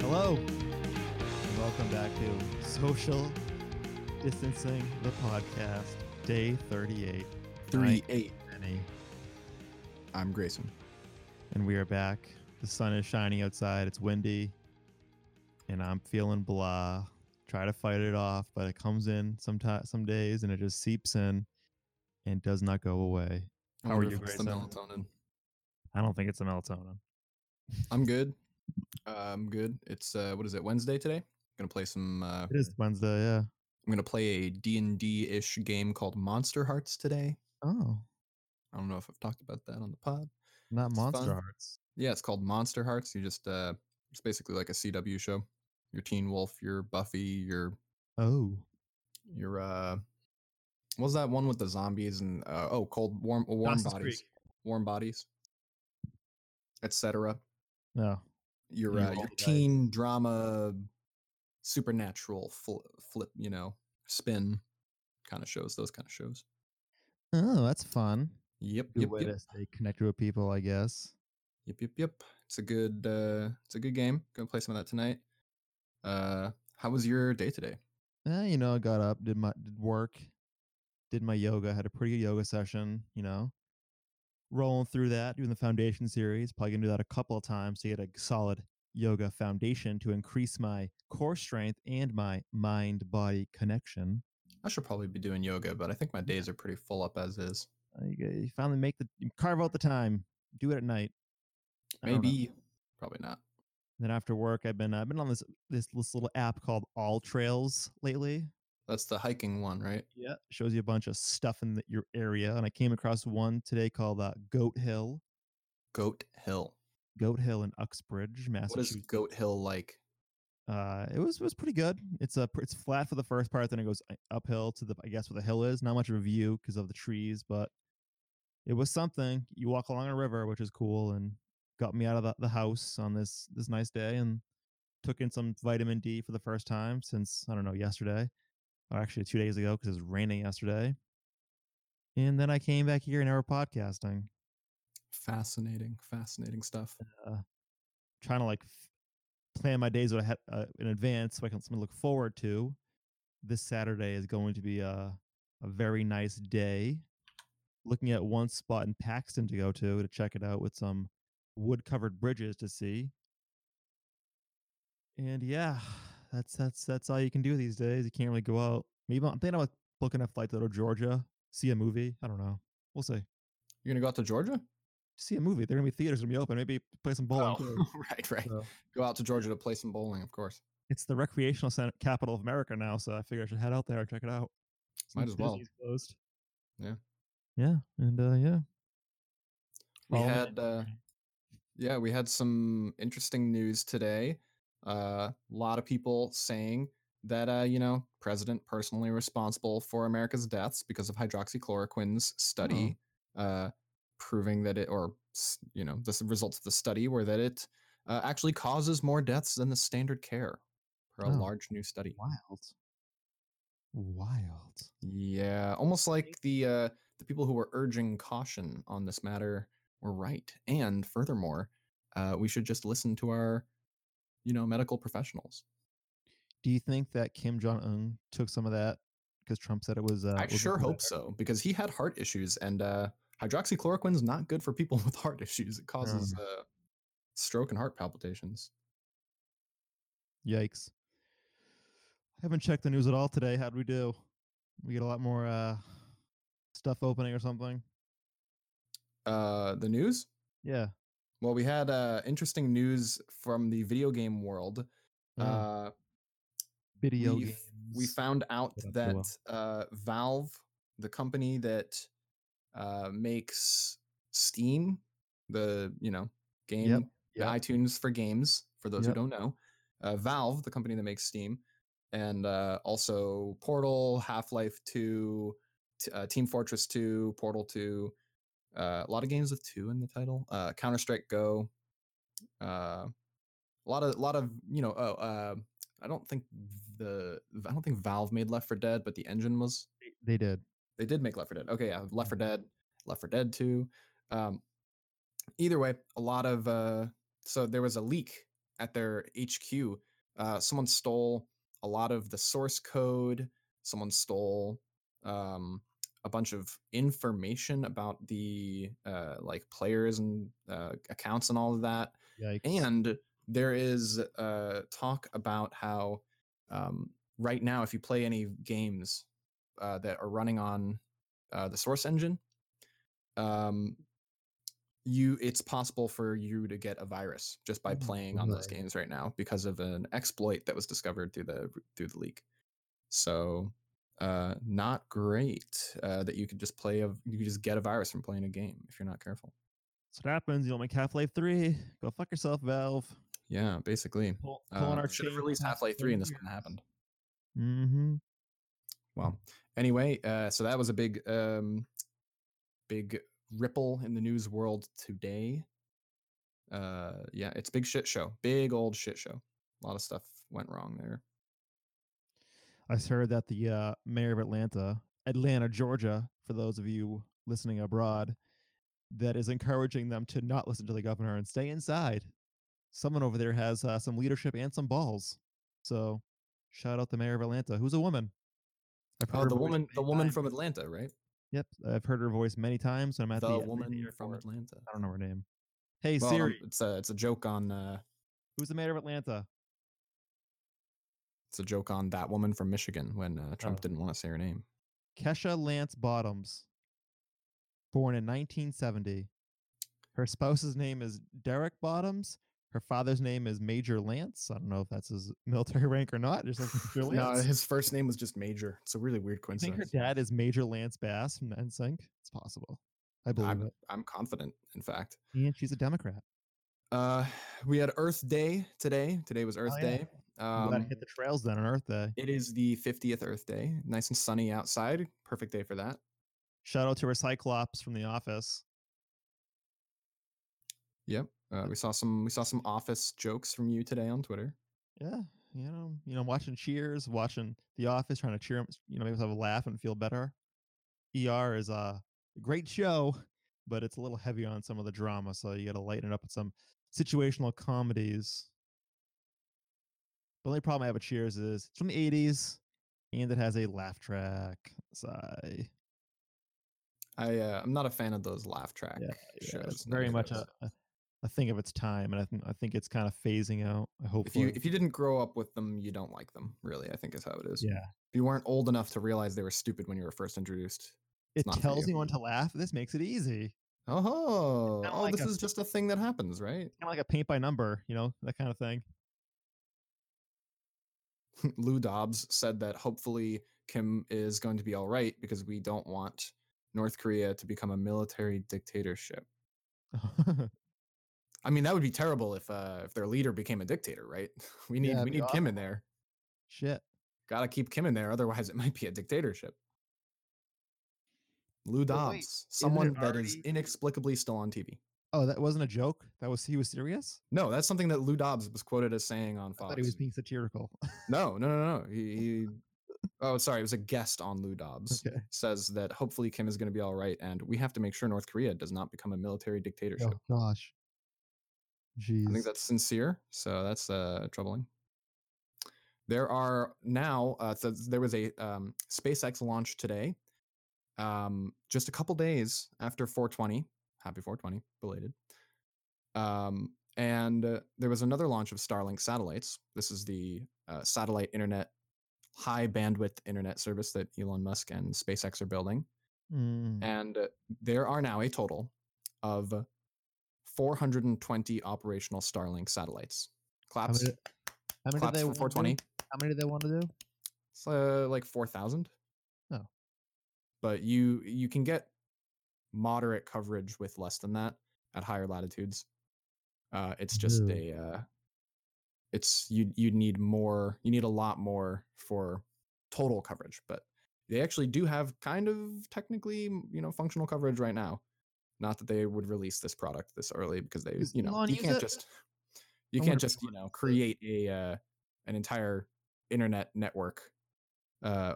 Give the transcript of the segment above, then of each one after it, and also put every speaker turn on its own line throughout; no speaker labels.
Hello, and welcome back to Social Distancing the Podcast, Day 38.
Three eight.
Penny,
I'm Grayson.
and we are back. The sun is shining outside, it's windy, and I'm feeling blah. Try to fight it off, but it comes in some some days and it just seeps in and does not go away.
I
How are
wonder
you,
if it's the
Grayson?
melatonin.
I don't think it's a melatonin.
I'm good. Uh, I'm good. It's uh, what is it? Wednesday today. I'm gonna play some. Uh,
It is Wednesday, yeah.
I'm gonna play a D and D ish game called Monster Hearts today.
Oh,
I don't know if I've talked about that on the pod.
not
It's
Monster
fun.
Hearts.
Yeah, it's called Monster Hearts. You just uh, it's basically like a CW show. Your Teen Wolf, your Buffy, your
Oh,
your uh, what was that one with the zombies and uh, oh, cold warm warm
Dawson's
bodies,
Creek.
warm bodies, etc.
No,
your
You
uh,
roll
your
the dice.
teen drama supernatural fl- flip you know spin kind of shows those kind of shows
oh, that's fun.
yep
good
yep
way
yep,
to stay connected with people, I guess.
yep yep yep it's a good uh it's a good game gonna play some of that tonight uh how was your day today
Eh, you know, I got up, did my did work, did my yoga, had a pretty good yoga session. You know, rolling through that, doing the foundation series. Probably gonna do that a couple of times to get a solid yoga foundation to increase my core strength and my mind body connection.
i should probably be doing yoga but i think my days are pretty full up as is
Uh, You, g- you finally make the you carve out the time, do it at night. I don't know.
maybe probably not
Then after work, I've been I've been on this this, this little app called All Trails lately.
that's the hiking one right
Yeah, shows you a bunch of stuff in the, your area. And I came across one today called uh, Goat Hill,
goat hill
Goat Hill in Uxbridge,
what is
Massachusetts.
goat hill like
uh, it was it was pretty good. It's a it's flat for the first part, then it goes uh, uphill to the I guess where the hill is. Not much of a view because of the trees, but it was something. You walk along a river, which is cool, and got me out of the, the house on this this nice day and took in some vitamin D for the first time since I don't know yesterday, or actually two days ago because it was raining yesterday. And then I came back here and now we're podcasting,
fascinating fascinating stuff
trying to like f- plan my days what I had uh, in advance so I can something to look forward to. This Saturday is going to be a a very nice day. Looking at one spot in Paxton to go to to check it out with some wood covered bridges to see. And yeah, that's that's that's all you can do these days. You can't really go out. Maybe I'm thinking about booking a flight to go to Georgia, see a movie. I don't know. We'll see.
you're gonna go out to georgia
See a movie. They're gonna be theaters gonna be open. Maybe play some bowling. too.
Oh, right, right.
So-
Go out to Georgia to play some bowling, of course.
it's the recreational center, capital of America now, so I figured I should head out there and check it out.
Might
Since
as well.
Disney's Closed.
Yeah.
Yeah, and uh, yeah.
We
Follow me
had, uh, yeah, we had some interesting news today. Uh, A lot of people saying that, uh, you know, president personally responsible for America's deaths because of
Oh.
hydroxychloroquine's study, uh, proving that it, or s- you know, the s- results of the study were that it uh, actually causes more deaths than the standard care. Per a
Oh.
large new study.
Wild. Wild.
Yeah, almost like the uh, the people who were urging caution on this matter were right. And furthermore, uh, we should just listen to our, you know, medical professionals.
Do you think that Kim Jong Un took some of that because Trump said it was? Uh,
I
wasn't
sure
good?
hope so because he had heart issues, and uh, hydroxychloroquine's not good for people with heart issues. It causes uh, stroke and heart palpitations.
Yikes! I haven't checked the news at all today. How'd we do? We get a lot more uh, stuff opening or something.
Uh, the news.
Yeah.
Well, we had uh, interesting news from the video game world.
Oh,
Uh,
video
we
games.
f- we found out
Put up the
that
well.
uh, Valve, the company that uh, makes Steam, the you know game the
yep.
iTunes for games. For those
Yep.
who don't know, uh, Valve, the company that makes Steam, and uh, also Portal, Half Life Two, t- uh, Team Fortress Two, Portal Two, uh, a lot of games with two in the title. Uh, Counter Strike Go, uh, a lot of a lot of you know. Oh, uh, I don't think the I don't think Valve made Left for Dead, but the engine was
they did.
they did make Left 4 Dead. Okay, yeah, Left 4 Dead, Left 4 Dead 2. Um, either way, a lot of uh, so there was a leak at their HQ, uh, someone stole a lot of the source code. Someone stole um, a bunch of information about the uh, like players and uh, accounts and all of that.
Yikes.
And there is uh, talk about how um, right now, if you play any games uh, that are running on uh, the Source Engine, um, you it's possible for you to get a virus just by
Oh,
playing on those
right.
games right now because of an exploit that was discovered through the through the leak. So uh not great uh that you could just play a you could just get a virus from playing a game if you're not careful
So it happens. You don't make Half Life Three. Go fuck yourself, Valve.
yeah basically
Pull,
uh, should have released half-life 3 and this wouldn't have happened
Mm-hmm.
Well, anyway, uh, so that was a big, um, big ripple in the news world today. Uh, yeah, it's big shit show, big old shit show. A lot of stuff went wrong there.
I just heard that the uh, mayor of Atlanta, Atlanta, Georgia, for those of you listening abroad, that is encouraging them to not listen to the governor and stay inside. Someone over there has uh, some leadership and some balls. So, shout out the mayor of Atlanta, who's a woman. I've
Oh,
her
the
voice
woman,
many
the woman
times.
from Atlanta, right?
Yep, I've heard her voice many times. when I'm at the,
The woman
airport.
from Atlanta.
I don't know her name. Hey
Well, um,
Siri,
it's a it's a joke on uh,
who's the mayor of Atlanta?
it's a joke on that woman from Michigan when uh, Trump
Oh.
didn't want to say her name.
Kesha Lance Bottoms, born in 1970. Her spouse's name is Derek Bottoms. Her father's name is Major Lance. I don't know if that's his military rank or not. Just like Major
No,
Lance.
his first name was just Major. It's a really weird
I think her
coincidence.
dad is Major Lance Bass from NSYNC. It's possible. I believe
I'm,
it.
I'm confident, in fact.
And she's a Democrat.
Uh, we had Earth Day today. Today was Earth
Oh, yeah.
Day.
I'm glad I
Um,
hit the trails then on Earth Day.
it is the 50th Earth Day. Nice and sunny outside. Perfect day for that.
Shout out to her Cyclops from The Office.
Yep. Uh, we saw some we saw some office jokes from you today on Twitter.
Yeah, you know, you know, watching Cheers, watching The Office, trying to cheer, 'em- you know, make myself laugh and feel better. ER is a great show, but it's a little heavy on some of the drama, so you got to lighten it up with some situational comedies. The only problem I have with Cheers is it's from the '80s, and it has a laugh track. Sigh.
I uh, I'm not a fan of those laugh track
Yeah,
shows.
it's
no
very much
shows.
a, a a thing of its time, and I, think I think it's kind of phasing out.
if you
Hopefully,
if you didn't grow up with them, you don't like them. Really, I think is how it is.
yeah.
If you weren't old enough to realize they were stupid when you were first introduced.
It
not for
tells
you.
you when to laugh. This makes it easy.
Oh,
kinda
oh,
like
this
a-
is just a thing that happens, right?
kind of like a paint by number, you know, that kind of thing.
Lou Dobbs said that hopefully Kim is going to be all right because we don't want North Korea to become a military dictatorship. I mean, that would be terrible if uh, if their leader became a dictator, right? We need
Yeah, it'd
we
be
need Kim in
awful.
there.
Shit.
Got to keep Kim in there, otherwise it might be a dictatorship. Lou
But
Dobbs,
wait,
someone that is
already-
inexplicably still on TV.
Oh, that wasn't a joke. That was he was serious.
No, that's something that Lou Dobbs was quoted as saying on
I
Fox.
thought he was being satirical.
No, no, no, no. He, he oh, sorry, it was a guest on Lou Dobbs.
okay.
says that hopefully Kim is going to be all right, and we have to make sure North Korea does not become a military dictatorship.
Oh gosh. Jeez.
I think that's sincere, so that's uh, troubling. There are now, uh, so there was a um, SpaceX launch today, um, just a couple days after 420. Happy 420, belated. Um, and uh, there was another launch of Starlink satellites. This is the uh, satellite internet, high bandwidth internet service that Elon Musk and SpaceX are building.
Mm.
And uh, there are now a total of 420 operational Starlink satellites.
How many,
Claps,
how many do
claps
they
for
want
420.
How many do they want to do?
It's uh, like 4,000.
Oh.
But you you can get moderate coverage with less than that at higher latitudes. Uh, it's just
Really?
a uh, it's you you need more you need a lot more for total coverage, but they actually do have kind of technically m- you know functional coverage right now. Not that they would release this product this early because they
Does
you know
Elon
you
use
can't
it?
just
I
you
wonder
can't
if
just you
Elon
know
uses it.
create a uh, an entire internet network uh,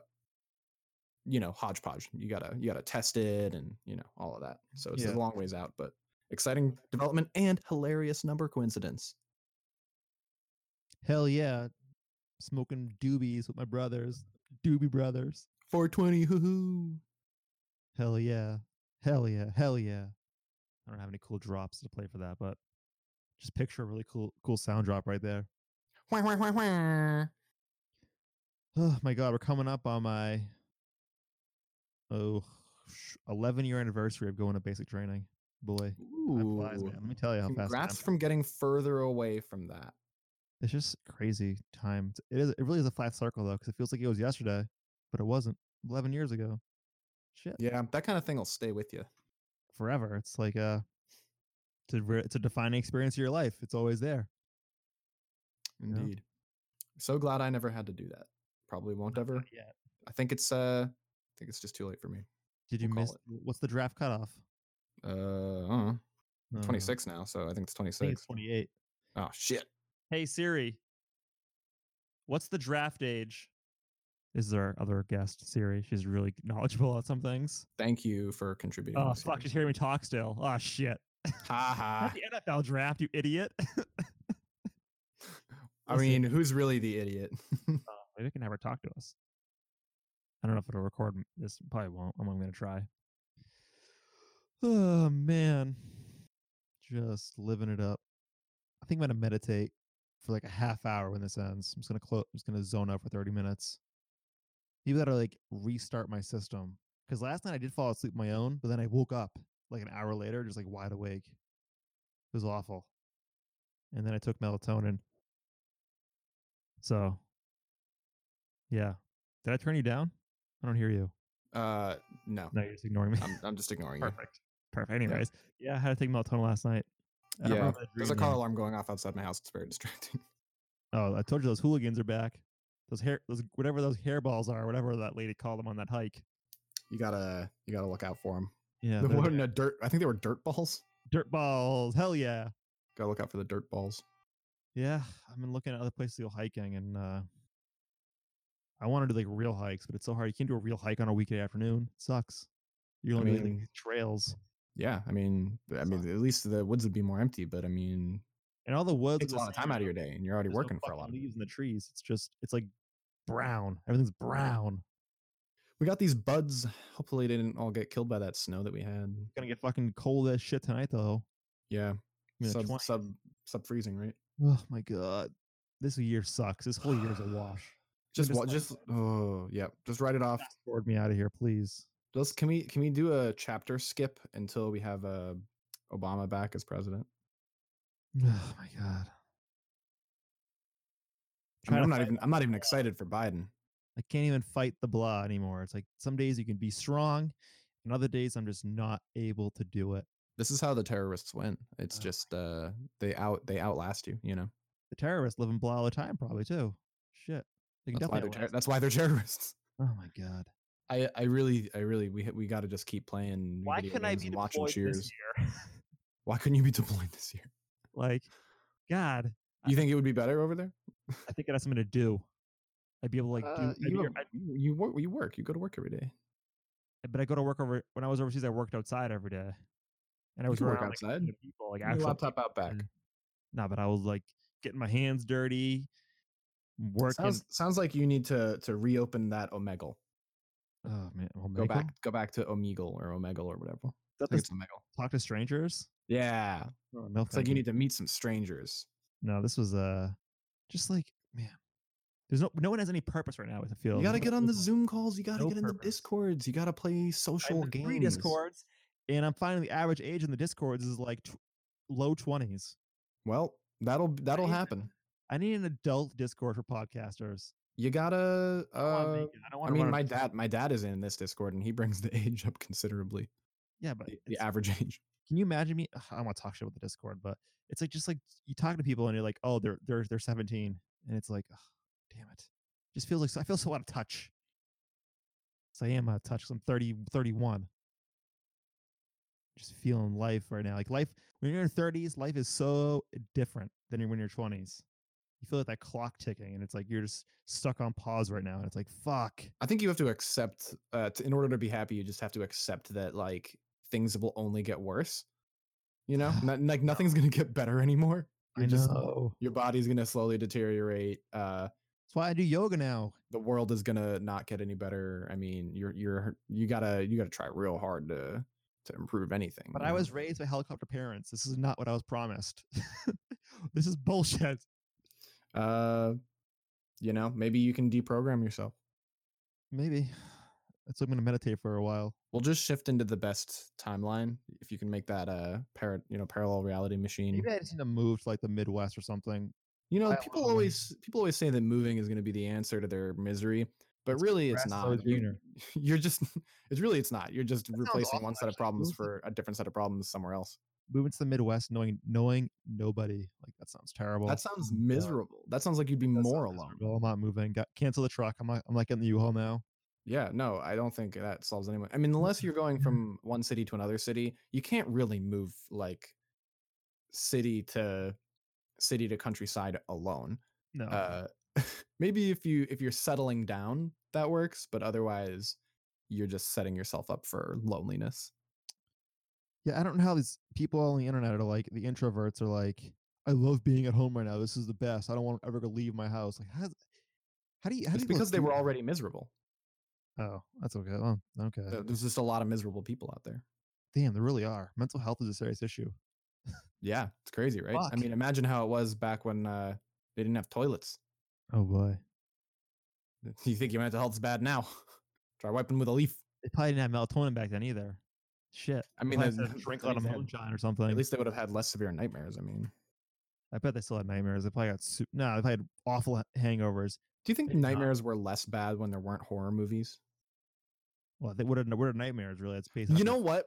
you know hodgepodge you gotta you gotta test it and you know all of that so it's
Yeah.
a long ways out but exciting development and hilarious number coincidence
hell yeah, smoking doobies with my brothers, doobie brothers.
420, hoo hoo.
Hell yeah, hell yeah, hell yeah. I don't have any cool drops to play for that, but just picture a really cool, cool sound drop right there.
Wah, wah, wah, wah.
Oh my god, we're coming up on my oh sh- 11 year anniversary of going to basic training. Boy, time flies, man. Let me tell you how fast. time
Congrats
flies.
from getting further away from that.
It's just crazy time. It's- It is. It really is a flat circle though, because it feels like it was yesterday, but it wasn't. Eleven years ago. Shit.
Yeah, that kind of thing will stay with you.
Forever. It's like a. It's a, re- it's a defining experience of your life. It's always there. Yeah.
Indeed. So glad I never had to do that. Probably won't ever.
Not yet.
I think it's uh I think it's just too late for me.
Did you
We'll call
miss?
it.
What's the draft cutoff? Uh,
Uh, I don't
No,
know.
no, no.
26 now, so I think it's
Uh-huh. I think it's
26.
twenty-eight.
Oh shit.
Hey Siri. What's the draft age? Is there other guest Siri? She's really knowledgeable on some things.
Thank you for contributing.
Oh
this
fuck!
year.
She's hearing me talk still. Oh shit!
Ha
Not
ha.
the NFL draft, you idiot.
I
Listen.
mean, who's really the idiot?
Maybe it can have her talk to us. I don't know if it'll record m- this. Probably won't. I'm, going to try. Oh, man. Just living it up. I think I'm going to meditate for like a half hour when this ends. I'm just going to close. I'm just going to zone out for 30 minutes. Even that'll like restart my system. Because last night I did fall asleep on my own, but then I woke up like an hour later, just like wide awake. It was awful. And then I took melatonin. So yeah. Did I turn you down? I don't hear you.
uh, no.
No, you're just ignoring me.
I'm, I'm just ignoring you.
Perfect. Perfect. Anyways, yeah. I had to take melatonin last night. I don't
Yeah,
remember that
There's a
dream
car
name.
alarm going off outside my house. It's very distracting.
Oh, I told you those hooligans are back. Those hair, those whatever those hairballs are, whatever that lady called them on that hike.
You gotta, you gotta look out for them.
Yeah,
the
they're
one
back.
in a dirt. I think they were dirt balls.
dirt balls. Hell yeah,
Gotta look out for the dirt balls.
yeah. I've been looking at other places to go hiking, and uh I want to do like real hikes, but it's so hard. You can't do a real hike on a weekday afternoon. It sucks. You're
I
only doing
mean-
like, trails,
Yeah, I mean, I mean, at least the woods would be more empty. But I mean,
and all the woods.
it takes
are
a
the
lot of
same
time
now.
out of your day, and you're already
There's no
working for a
fucking
lot of it.
leaves in the trees. It's just it's like brown. Everything's brown.
We got these buds. Hopefully, they didn't all get killed by that snow that we had.
Gonna get fucking cold as shit tonight though.
Yeah,
I mean, the
sub
20
sub sub freezing, right?
oh my god, this year sucks. This whole year's a wash.
Just
just
wa-
like-
just oh yeah, just write it off.
Fast forward me out of here, please.
Just can we can we do a chapter skip until we have uh, Obama back as president?
Oh my god.
I mean,
Trying to
I'm not
fight-
even I'm not even excited for Biden.
I can't even fight the blah anymore. It's like some days you can be strong, and other days I'm just not able to do it.
This is how the terrorists win. It's
Oh my
just uh, they out they outlast you. You know
The terrorists live in blah all the time, probably too. Shit. They can
that's why they're
definitely
ter-
outlast-
that's why they're terrorists.
oh my god.
I I really I really we ha- we got to just keep playing.
Why
video
can I
games
be
and watching
deployed
Cheers.
this year?
Why couldn't you be deployed this year?
like, God,
You think it would be better over there?
I think I'd have something to do. I'd be able to like do,
Uh,
I'd be-
you, have-
I'd-
you you work you work you go to work every day.
but I go to work over when I was overseas. I worked outside every day, and I was
can work
around, like, a
outside.
bunch of people, like
Put your
actual
laptop out back.
people. No, but I was like getting my hands dirty, working.
Sounds sounds like you need to to reopen that Omegle.
oh man, well,
Go
Michael,
back go back to Omegle or Omegle or whatever. I
is that
think
this
it's Omegle.
talk to strangers.
Yeah,
Oh, no,
it's like you need to meet some strangers.
No, this was uh, just like man, there's no no one has any purpose right now. I feel
You got to
There's no-
get on the
there's no-
Zoom calls. You got to
no
get in the
purpose.
Discords. You got to play
I've
social
been
games.
Three discords, and I'm finding the average age in the discords is like tw- low twenties.
Well, that'll that'll
Right?
happen.
I need an adult Discord for podcasters.
You gotta.
I don't wanna
Uh,
make it- I don't
I
want
mean, my dad my dad is in this Discord and he brings the age up considerably.
yeah, but
The, the
it's-
average age.
can you imagine me? Ugh, I don't want to talk shit with the Discord, but it's like just like you talk to people and you're like, oh, they're they're they're 17, and it's like, ugh, damn it, just feels like so, I feel so out of touch. So I am out of touch. 'cause I'm 30, 31. Just feeling life right now. Like life when you're in 30s, life is so different than you're when you're 20s. You feel like that clock ticking, and it's like you're just stuck on pause right now, and it's like, fuck.
I think you have to accept. Uh, to, in order to be happy, you just have to accept that like things will only get worse. You know, Not, like nothing's gonna get better anymore.
I know.
know. Your body's gonna slowly deteriorate. Uh,
That's why I do yoga now.
the world is gonna not get any better. I mean, you're you're you gotta you gotta try real hard to to improve anything.
But
you
I
know?
was raised by helicopter parents. This is not what I was promised. this is bullshit.
uh, you know, maybe you can deprogram yourself.
Maybe. That's why I'm gonna meditate for a while.
We'll just shift into the best timeline if you can make that uh par- you know parallel reality machine.
Maybe I just need to move to like the Midwest or something.
You know,
I
people
love it.
always people always say that moving is going to be the answer to their misery, but
It's
really it's
grass is
not.
always
You,
greener.
you're just it's really it's not. You're just
sounds
replacing
awful,
one set of
actually.
problems
Move to-
for a different set of problems somewhere else.
Moving to the Midwest, knowing knowing nobody. Like that sounds terrible.
that sounds
Oh my God.
miserable. That sounds like you'd be
That sounds
more alone.
miserable. I'm not moving. Got, cancel the truck. I'm not. I'm not getting the U-Haul now.
Yeah, no, I don't think that solves anyone. I mean, unless you're going
Yeah.
from one city to another city, you can't really move like city to city to countryside alone.
No.
uh maybe if you if you're settling down that works but otherwise you're just setting yourself up for loneliness
yeah, I don't know how these people on the internet are like. The introverts are like, I love being at home right now. This is the best. I don't want to ever go leave my house. Like, how's, how do you? How
it's
do you
because they were already miserable
Oh, that's okay. Oh, okay.
Th- there's just a lot of miserable people out there
Damn, there really are. Mental health is a serious issue.
yeah it's crazy right i
Fuck.
mean imagine how it was back when uh they didn't have toilets
Oh boy.
you think your mental health's bad now try wiping with a leaf
They probably didn't have melatonin back then either. Shit.
I mean,
I
the-
drink a
at
lot of
least they had-
moonshine or something.
at least they would have had less severe nightmares i mean
I bet they still had nightmares. They probably got su- no. They probably had awful h- hangovers.
do you think
Maybe not.
nightmares were less bad when there weren't horror movies
Well, they would have. What are nightmares really? It's based.
You
on-
know what?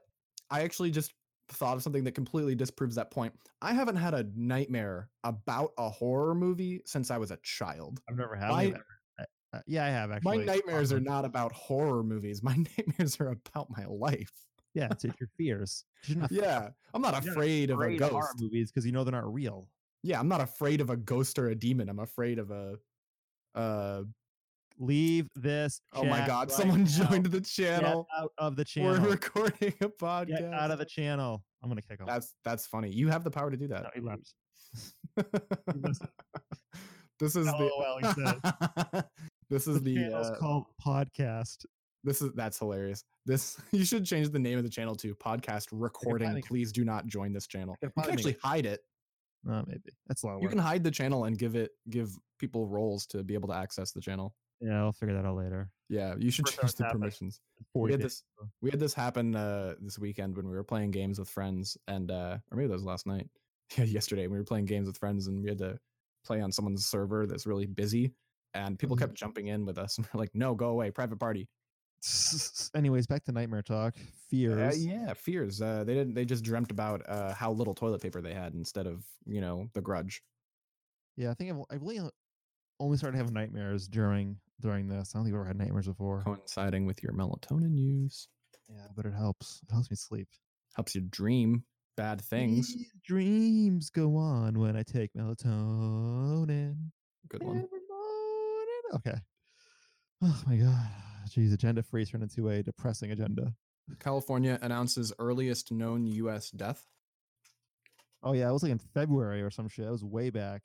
I actually just thought of something that completely disproves that point. I haven't had a nightmare about a horror movie since I was a child.
I've never had.
my-
one. I- I- yeah, I have actually.
my nightmares are
Awesome.
not about horror movies. My nightmares are about my life.
Yeah, it's, it's your fears. 'Cause You're not
Yeah. I'm not
You're not
afraid of a
afraid of horror
ghost.
movies because you know they're not real.
Yeah, I'm not afraid of a ghost or a demon. I'm afraid of a uh
Leave this.
oh my
chat
god,
right
someone
now.
joined the channel.
Get out of the
We're
channel.
recording a podcast.
Get out of the channel. I'm gonna kick him.
that's that's funny. You have the power to do that.
No, he left. must-
this is the
LOL, he said.
this is the,
channel's
uh,
called podcast.
this is that's hilarious. This you should change the name of the channel to podcast recording.
panic.
Please do not join this channel.
They're
You can
probably
actually
making-
hide it.
Oh, maybe that's a lot of
You
work.
can hide the channel and give it give people roles to be able to access the channel.
Yeah, I'll figure that out later.
Yeah, you should
First I
change
was
the
happy.
permissions. We
40
had
days.
this we had this happen uh, this weekend when we were playing games with friends and uh, or maybe that was last night. Yeah, yesterday we were playing games with friends and we had to play on someone's server that's really busy and people
Mhm.
kept jumping in with us and we're like, no, go away, private party.
Anyways, back to nightmare talk.
Uh,
Fears.
yeah, fears. Uh, they didn't. They just dreamt about uh, how little toilet paper they had instead of you know the grudge.
Yeah, I think I've, I really o- only started having nightmares during during this. I don't think I've ever had nightmares before.
Coinciding with your melatonin use
Yeah, but it helps. It helps me sleep.
helps you dream bad things.
These dreams go on when I take melatonin.
Good one.
every morning. Okay. Oh my god. Jeez, agenda freeze turned into a depressing agenda.
California announces earliest known U.S. death.
Oh yeah, it was like in February or some shit. That was way back.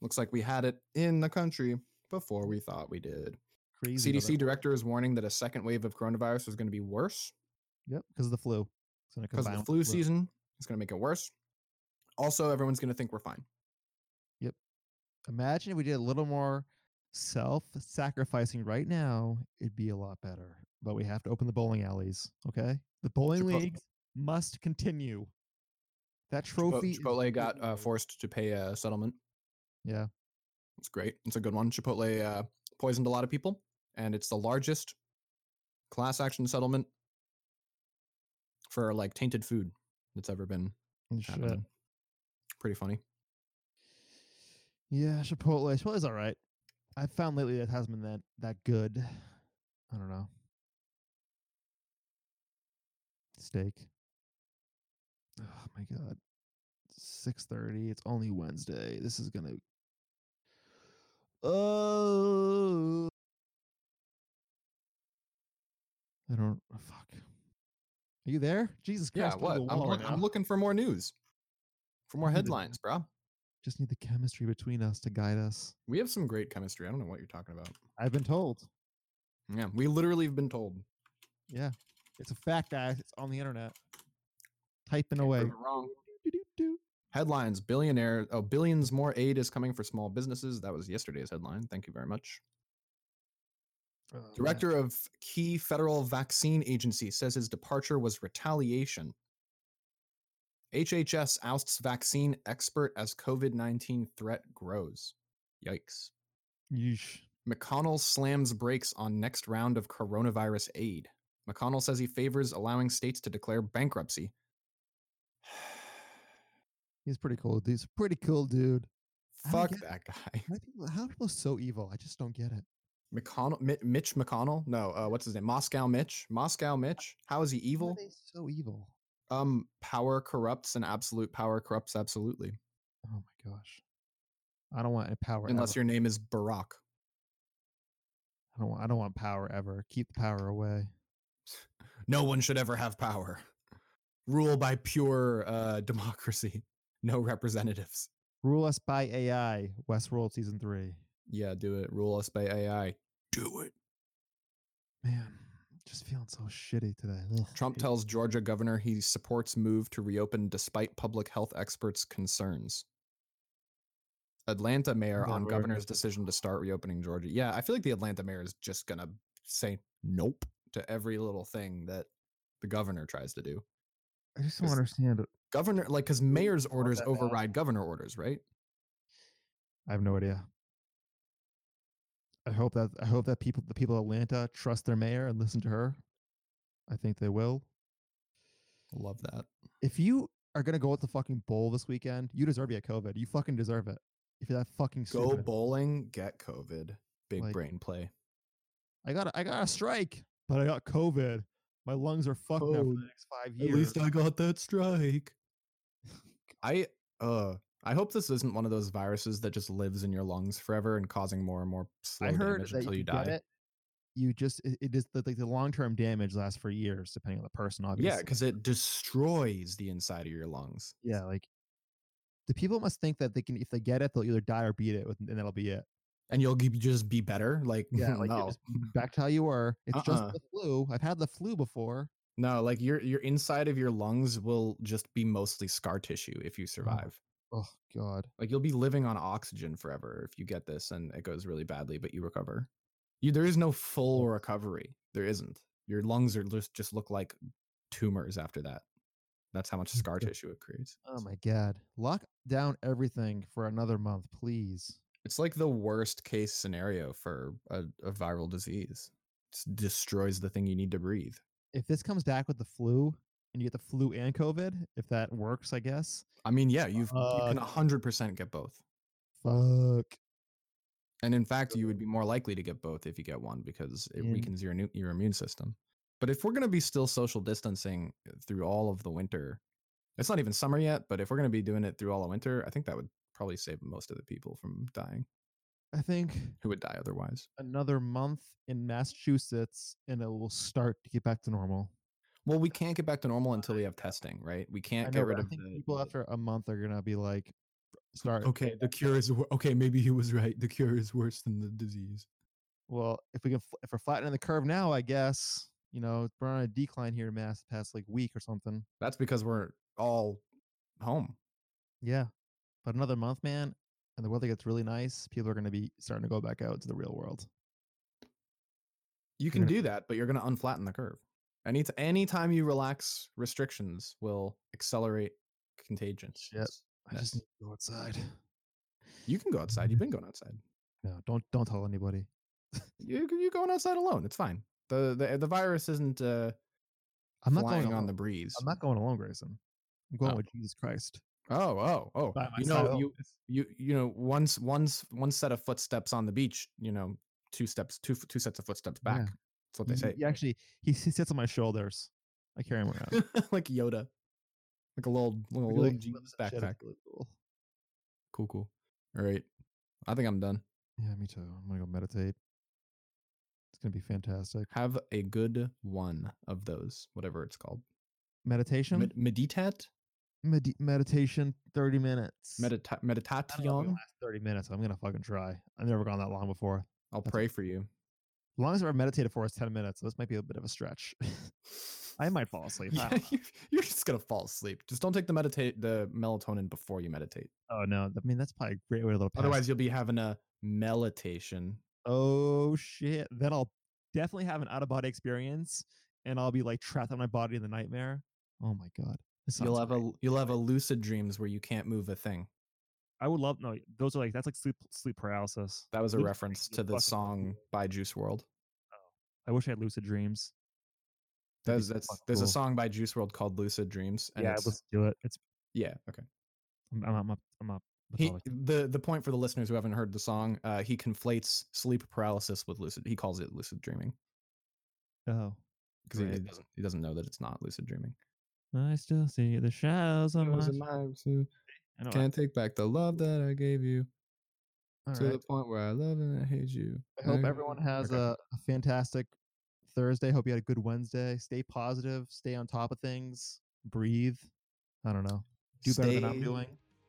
Looks like we had it in the country before we thought we did.
Crazy. how that
CDC
works.
director is warning that a second wave of coronavirus is going to be worse.
Yep, because of the flu. It's gonna
because
combine
of the
with
flu season it's going to make it worse also everyone's going to think we're fine
Imagine if we did a little more self-sacrificing right now, it'd be a lot better. But we have to open the bowling alleys, okay? The bowling
Chipotle-
leagues must continue. That
Chipo-
trophy. is
chipotle got uh,
yours.
forced to pay a settlement
Yeah.
it's great it's a good one chipotle uh, poisoned a lot of people and it's the largest class action settlement for like tainted food that's ever been
and Shit.
happening. pretty funny
Yeah, Chipotle. Chipotle's all right. I found lately that it hasn't been that that good. I don't know. Steak. Oh my god. Six thirty. It's only Wednesday. This is gonna. Oh. I don't. oh, fuck. Are you there? Jesus Christ!
yeah
look at
what
the
I'm,
wall
look-
right
I'm
now.
looking for more news for more
Look at the-
headlines bro
Just need the chemistry between us to guide us.
We have some great chemistry. I don't know what you're talking about.
I've been told.
Yeah, we literally have been told.
Yeah. It's a fact, guys. It's on the internet. Typing
Can't
away.
prove it wrong.
Do-do-do.
Headlines: Billionaire, oh, billions more aid is coming for small businesses. That was yesterday's headline. Thank you very much.
Oh, man.
Director of key federal vaccine agency says his departure was retaliation. HHS ousts vaccine expert as COVID 19 threat grows. Yikes.
Yeesh.
McConnell slams brakes on next round of coronavirus aid. McConnell says he favors allowing states to declare bankruptcy.
He's pretty cool. dude. He's a pretty cool dude. I don't
Fuck
get it.
that guy.
How people, how are people so evil? I just don't get it.
McConnell, Mi- Mitch McConnell? No, uh, what's his name? Moscow Mitch? Moscow Mitch? How is he
How are
evil?
they so evil.
Um, power corrupts and absolute power corrupts absolutely.
Oh my gosh. I don't want any power.
Unless
ever.
your name is Barack.
I don't want, I don't want power ever. Keep the power away.
No one should ever have power. Rule by pure uh, democracy. No representatives.
Rule us by AI. Westworld season three.
Yeah, do it. Rule us by AI. Do it.
Man, just feeling so shitty today. Ugh.
Trump tells Georgia governor he supports move to reopen despite public health experts' concerns. Atlanta mayor
Yeah,
on
we're-
governor's decision to start reopening Georgia. Yeah, I feel like the Atlanta mayor is just going to say nope to every little thing that the governor tries to do.
I just don't
Just-
understand it.
Governor, like, because mayor's
want
orders
that bad.
override governor orders, right?
I have no idea. I hope that I hope that people the people of Atlanta trust their mayor and listen to her. I think they will.
Love that.
If you are gonna go with the fucking bowl this weekend, you deserve to get COVID. You fucking deserve it. If you're that fucking
Go
stupid.
bowling, get COVID. Big
Like,
brain play.
I got a, I got a strike, but I got COVID. My lungs are fucked now for
Oh,
the next five years.
got that strike. I uh I hope this isn't one of those viruses that just lives in your lungs forever and causing more and more slow
I heard
damage
that
until
you,
you
can get
die.
it. You just it, it is the, like the long term damage lasts for years, depending on the person. Obviously,
Yeah, because it destroys the inside of your lungs.
yeah, like the people must think that they can if they get it, they'll either die or beat it, with, and that'll be it.
And you'll g- just be better. Like,
Yeah, like, you're
no.
just Back to how you were. It's
Uh-uh.
just the flu. I've had the flu before.
No, like your your inside of your lungs will just be mostly scar tissue if
Mm.
you survive.
Oh God,
Like you'll be living on oxygen forever if you get this and it goes really badly, but you recover. You there is no full recovery. There isn't. Your lungs are just just look like tumors after that. That's how much scar
Hmm, Yeah.
tissue it creates.
oh my God. Lock down everything for another month, please.
It's like the worst case scenario for a, a viral disease. It destroys the thing you need to breathe.
If this comes back with the flu and you get the flu and COVID, if that works, I guess.
I mean, yeah, you've you
Fuck.
can hundred percent get both.
Fuck.
And in fact, you would be more likely to get both if you get one because it
Yeah.
weakens your nu- your immune system. But if we're going to be still social distancing uh, through all of the winter, it's not even summer yet, but if we're going to be doing it through all of winter, I think that would probably save most of the people from dying
I think
who would die otherwise.
another month in Massachusetts and it will start to get back to normal.
Well, we can't get back to normal until we have testing, right? We
I
can't
know,
get
but
rid
I
of
think
the,
people
the-
after a month are gonna be like, start.
Okay, the cure is wo- okay, maybe he was right. The cure is worse than the disease.
Well, if we can, fl- if we're flattening the curve now, I guess you know we're on a decline here in Mass the past like week or something.
That's because we're all home.
Yeah, but another month, man, and the weather gets really nice. People are gonna be starting to go back out to the real world.
You
You're
can
gonna-
do that, but you're going to unflatten the curve. Any anytime you relax restrictions will accelerate contagion.
Yep. I just
Yes.
need to go outside.
You can go outside. You've been
Mm-hmm.
going outside.
No, don't don't tell anybody.
You you going outside alone. It's fine. The the, the virus isn't uh,
I'm not
flying
going
on the
alone.
breeze.
I'm not going alone, Grayson. I'm going
Oh.
with Jesus Christ.
Oh oh oh.
By
You
myself.
know you you you know once once one set of footsteps on the beach. You know two steps two f- two sets of footsteps
Yeah.
back. That's what they
He-
say.
He actually he, s- he sits on my shoulders. I carry him around.
like Yoda, like a little
Really
little, little
like
jeans
flips that shit, it's
backpack.
really cool.
Cool cool. All right. I think I'm done.
Yeah, me too. I'm gonna go meditate. It's gonna be fantastic.
Have a good one of those, whatever it's called.
Meditation.
Med- meditat?
Medi- meditation, thirty minutes. I
Medita-
don't know if it
meditation.
lasts thirty minutes. I'm gonna fucking try. I've never gone that long before.
I'll pray for you.
The longest I've ever meditated for is ten minutes. So this might be a bit of a stretch. I might fall asleep. I
Yeah,
don't know.
you- you're just gonna fall asleep. Just don't take the meditate the melatonin before you meditate.
Oh no! I mean, that's probably a great way to little.
Otherwise, you'll be having a meditation.
oh shit! Then I'll definitely have an out of body experience, and I'll be like trapped on my body in the nightmare. Oh my god! This
you'll
sounds
have
great.
a you'll have a lucid dreams where you can't move a thing.
I would love no. Those are like that's like sleep sleep paralysis.
That was a
Lucid
reference
dreams
to
are
the
fucking
song by Juice World.
I wish I had lucid dreams. That'd be
That's
so
that's
fucking
there's a
cool.
song by Juice World called Lucid Dreams. And
yeah,
it's,
let's do it. It's
yeah, okay.
I'm I'm I'm, I'm up.
He, the the point for the listeners who haven't heard the song, uh, he conflates sleep paralysis with lucid. He calls it lucid dreaming
oh,
because he,
Right.
doesn't he doesn't know that it's not lucid dreaming.
Oh, I still see the shadows on my.
Those are mine, so
I know, I-
Can't take back the love that I gave you
all
to
right.
the point where I love and I hate you.
I hope everyone has
Okay.
a, a fantastic Thursday. Hope you had a good Wednesday. Stay positive. Stay on top of things. Breathe. I don't know. Do better than I'm
Stay-
doing.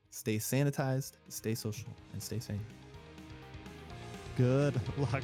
Stay sanitized, stay social, and stay sane.
Good luck.